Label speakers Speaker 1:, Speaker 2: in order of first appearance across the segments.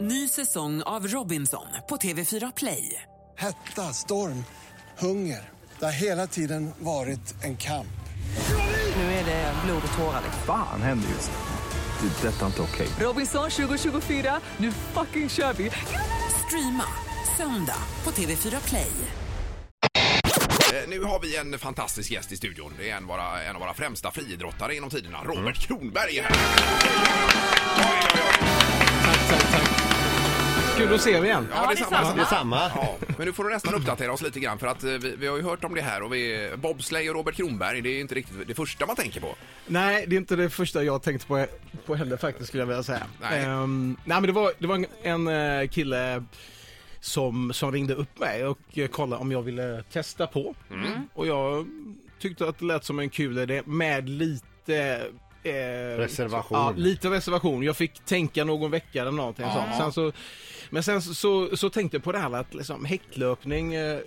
Speaker 1: Ny säsong av Robinson på TV4 Play.
Speaker 2: Hetta, storm, hunger. Det har hela tiden varit en kamp.
Speaker 1: Nu är det blod och tårar. liksom.
Speaker 3: Fan händer just nu. Det. är Detta är inte okej.
Speaker 1: Robinson 2024, nu fucking kör vi! Streama söndag på TV4 Play.
Speaker 4: Eh, Nu har vi en fantastisk gäst i studion. Det är en, våra, en av våra främsta friidrottare genom tiderna.
Speaker 5: Mm.
Speaker 4: Robert Kronberg är här. Oj, oj, oj.
Speaker 5: Kul att se er igen.
Speaker 4: Ja, det är samma.
Speaker 6: Det är samma.
Speaker 4: Ja, men nu får du nästan uppdatera oss lite grann för att eh, vi, vi har ju hört om det här och vi, bobsleigh och Robert Kronberg, det är ju inte riktigt det första man tänker på.
Speaker 5: Nej, det är inte det första jag tänkt på, på heller faktiskt skulle jag vilja säga.
Speaker 4: Nej.
Speaker 5: Ehm, nej men det var, det var en, en eh, kille som, som ringde upp mig och eh, kollade om jag ville testa på. Och jag tyckte att det lät som en kul idé med lite eh,
Speaker 6: Reservation.
Speaker 5: Ja, lite reservation. Jag fick tänka någon vecka eller någonting sånt. Sen så, men sen så, så, så tänkte jag på det här att liksom häcklöpning eh,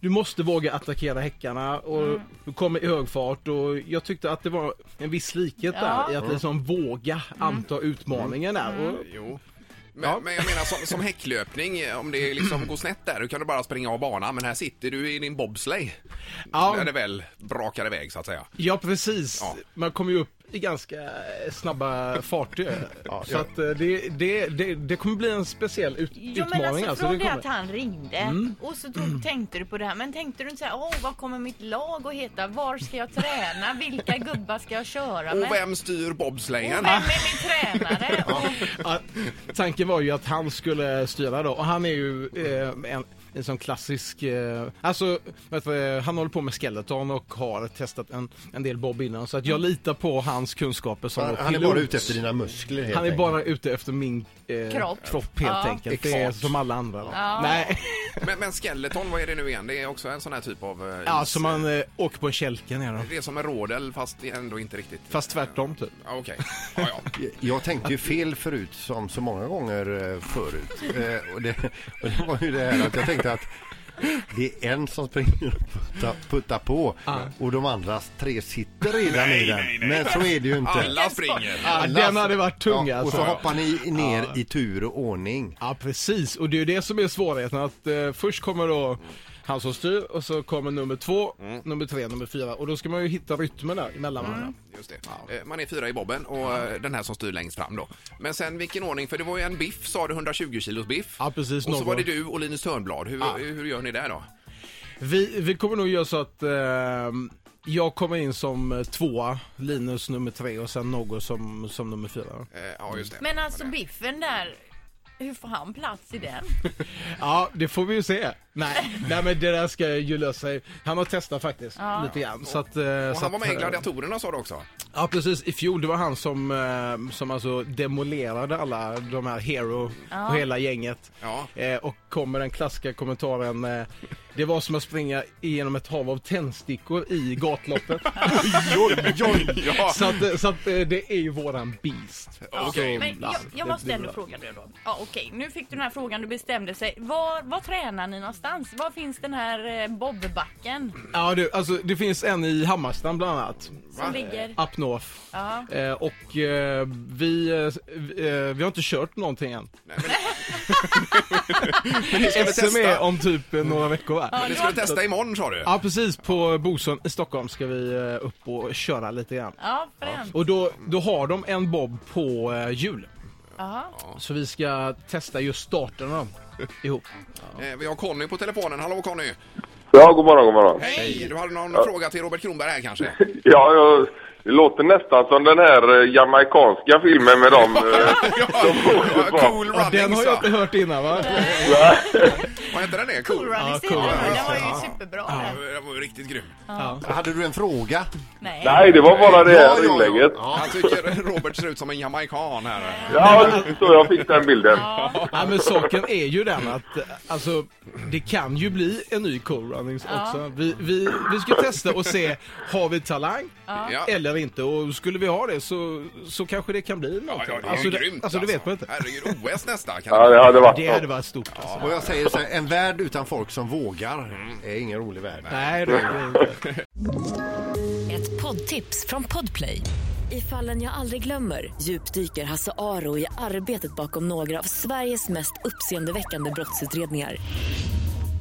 Speaker 5: du måste våga attackera häckarna och du kommer i hög fart och jag tyckte att det var en viss likhet där i att liksom våga anta utmaningen där. Och,
Speaker 4: Jo. Men, men jag menar som, som häcklöpning, eh, om det liksom går snett där, då kan du bara springa av banan. Men här sitter du i din bobsleigh.
Speaker 5: Ja.
Speaker 4: När det väl brakar iväg så att säga.
Speaker 5: ja precis,
Speaker 4: Ja.
Speaker 5: man kommer ju upp i ganska eh, snabba farter.
Speaker 6: Ja,
Speaker 5: så
Speaker 6: ja.
Speaker 5: att eh, det, det, det, det kommer bli en speciell ut,
Speaker 7: Ja, men
Speaker 5: utmaning.
Speaker 7: alltså,
Speaker 5: Alltså,
Speaker 7: från
Speaker 5: det
Speaker 7: det att
Speaker 5: kommer. Mm.
Speaker 7: han ringde och så tog, tänkte du på det här. Men tänkte du inte så här, åh vad kommer mitt lag att heta? Var ska jag träna? Vilka gubbar ska jag köra med?
Speaker 4: Och vem styr bobsleighen?
Speaker 7: Och vem är min tränare? Och,
Speaker 5: Ja, tanken var ju att han skulle styra då och han är ju eh, en, en sån klassisk, eh, alltså vet du, vad, eh, han håller på med skeleton och har testat en, en del bob innan så att jag litar på hans kunskaper som
Speaker 6: Han,
Speaker 5: pilot.
Speaker 6: han är bara ute efter dina muskler helt
Speaker 5: Han är
Speaker 6: enkelt.
Speaker 5: bara ute efter min eh,
Speaker 7: Kropp.
Speaker 5: helt
Speaker 7: Ja.
Speaker 5: enkelt. Det är
Speaker 4: Exakt.
Speaker 5: som alla andra då.
Speaker 7: Ja.
Speaker 5: Nej,
Speaker 4: Men, men skeleton, vad är det nu igen? Det är också en sån här typ av... eh,
Speaker 5: ja,
Speaker 4: is.
Speaker 5: så man eh, åker på en kälke ner då.
Speaker 4: Det är som en rådel fast det är ändå inte riktigt.
Speaker 5: Fast tvärtom typ.
Speaker 4: Ja, Okej. Ja, ja.
Speaker 6: Jag tänkte ju fel förut, som så många gånger eh, förut. Eh, och, det, och det var ju det här att jag tänkte att det är en som springer och puttar, puttar på och de andra tre sitter redan i den. Men så är det ju inte.
Speaker 4: Alla springer.
Speaker 5: Ja, den hade varit tung,
Speaker 6: Och
Speaker 5: alltså.
Speaker 6: så hoppar ni ner i tur och ordning.
Speaker 5: Ja precis, och det är ju det som är svårigheten att eh, först kommer då han som styr och så kommer nummer två,
Speaker 4: Mm.
Speaker 5: nummer tre, nummer fyra och då ska man ju hitta rytmen där mellan varandra.
Speaker 4: Just det. Eh, Man är fyra i bobben och eh, den här som styr längst fram då. Men sen vilken ordning? För det var ju en biff sa du, 120 kilos biff.
Speaker 5: Ja, precis,
Speaker 4: Och så
Speaker 5: någon.
Speaker 4: var det du och Linus Törnblad. Hur, hur gör ni där då?
Speaker 5: Vi, vi kommer nog göra så att eh, jag kommer in som eh, tvåa, Linus nummer tre och sen något som, som nummer fyra.
Speaker 4: Eh, Ja, just det.
Speaker 7: men alltså Biffen där, hur får han plats i den?
Speaker 5: Ja, det får vi ju se. Nej, nej men det där ska ju lösa sig. Han har testat faktiskt lite grann. Så att, eh,
Speaker 4: Och
Speaker 5: så
Speaker 4: han var
Speaker 5: att,
Speaker 4: med i
Speaker 5: eh,
Speaker 4: Gladiatorerna sa du också.
Speaker 5: Ja precis, i fjol det var han som, eh, som alltså demolerade alla de här Hero och hela gänget.
Speaker 4: Ja.
Speaker 5: Eh, och kommer den klassiska kommentaren eh, Det var som att springa igenom ett hav av tändstickor i gatloppet.
Speaker 4: Ja.
Speaker 5: så att, eh, så att eh, det är ju våran beast.
Speaker 4: Okej.
Speaker 7: Men jag, jag måste ändå fråga dig då. Ja, okej, nu fick du den här frågan, du bestämde sig. Var, var tränar ni någonstans? Var finns den här eh, bobbacken
Speaker 5: Ja du, alltså det finns en i Hammarstan bland annat.
Speaker 7: som ligger?
Speaker 5: Up North.
Speaker 7: Ja.
Speaker 5: Eh, och eh, vi, eh, vi, eh, vi har inte kört någonting än.
Speaker 4: Nej, men- väl
Speaker 5: SM är
Speaker 4: testa.
Speaker 5: om typ eh, några veckor va?
Speaker 4: Men ni skulle testa imorgon sa du.
Speaker 5: Ja precis, på Bosön i Stockholm ska vi eh, upp och köra lite grann.
Speaker 7: Ja, fränt.
Speaker 5: Och då, då har de en bob på eh, hjul.
Speaker 7: Jaha.
Speaker 5: Så vi ska testa just starterna ihop.
Speaker 4: Eh, Vi har Conny på telefonen. Hallå Conny!
Speaker 8: Ja, god morgon, god morgon.
Speaker 4: Hej! Du hade någon fråga till Robert Kronberg här kanske?
Speaker 8: Ja, jag, det låter nästan som den här eh, jamaicanska filmen med dem. eh,
Speaker 4: Ja, cool
Speaker 5: Ja, den
Speaker 4: Runnings
Speaker 5: har jag
Speaker 4: va?
Speaker 5: inte hört innan va?
Speaker 4: Vad heter den det? Cool
Speaker 7: Cool Runnings
Speaker 5: Ja,
Speaker 7: heter
Speaker 5: Cool
Speaker 7: den. Den
Speaker 5: Runnings,
Speaker 7: var ju superbra den.
Speaker 4: Den var ju riktigt grym.
Speaker 6: Hade du en fråga?
Speaker 7: Nej.
Speaker 8: Nej, det var bara det här inlägget.
Speaker 6: Ja.
Speaker 4: Han tycker Robert ser ut som en jamaican här.
Speaker 8: Ja, det är så jag fick den bilden.
Speaker 5: Ja, men saken är ju den att eh, alltså, det kan ju bli en ny Cool Runnings också. Vi, vi, vi ska testa och se, har vi talang
Speaker 4: Ja.
Speaker 5: eller inte? Och skulle vi ha det så, så kanske det kan bli någonting.
Speaker 4: Ja, ja, det är
Speaker 5: alltså,
Speaker 4: ju
Speaker 5: det,
Speaker 4: grymt
Speaker 5: alltså det vet man inte.
Speaker 4: Herregud, OS nästa kan
Speaker 8: Ja, det hade varit
Speaker 5: Det
Speaker 8: något.
Speaker 5: hade varit stort alltså.
Speaker 6: Och jag säger så här, en värld utan folk som vågar är ingen rolig värld.
Speaker 5: Nej, det är det inte.
Speaker 9: Ett poddtips från Podplay.
Speaker 7: I fallen jag aldrig glömmer djupdyker Hasse Aro i arbetet bakom några av Sveriges mest uppseendeväckande brottsutredningar.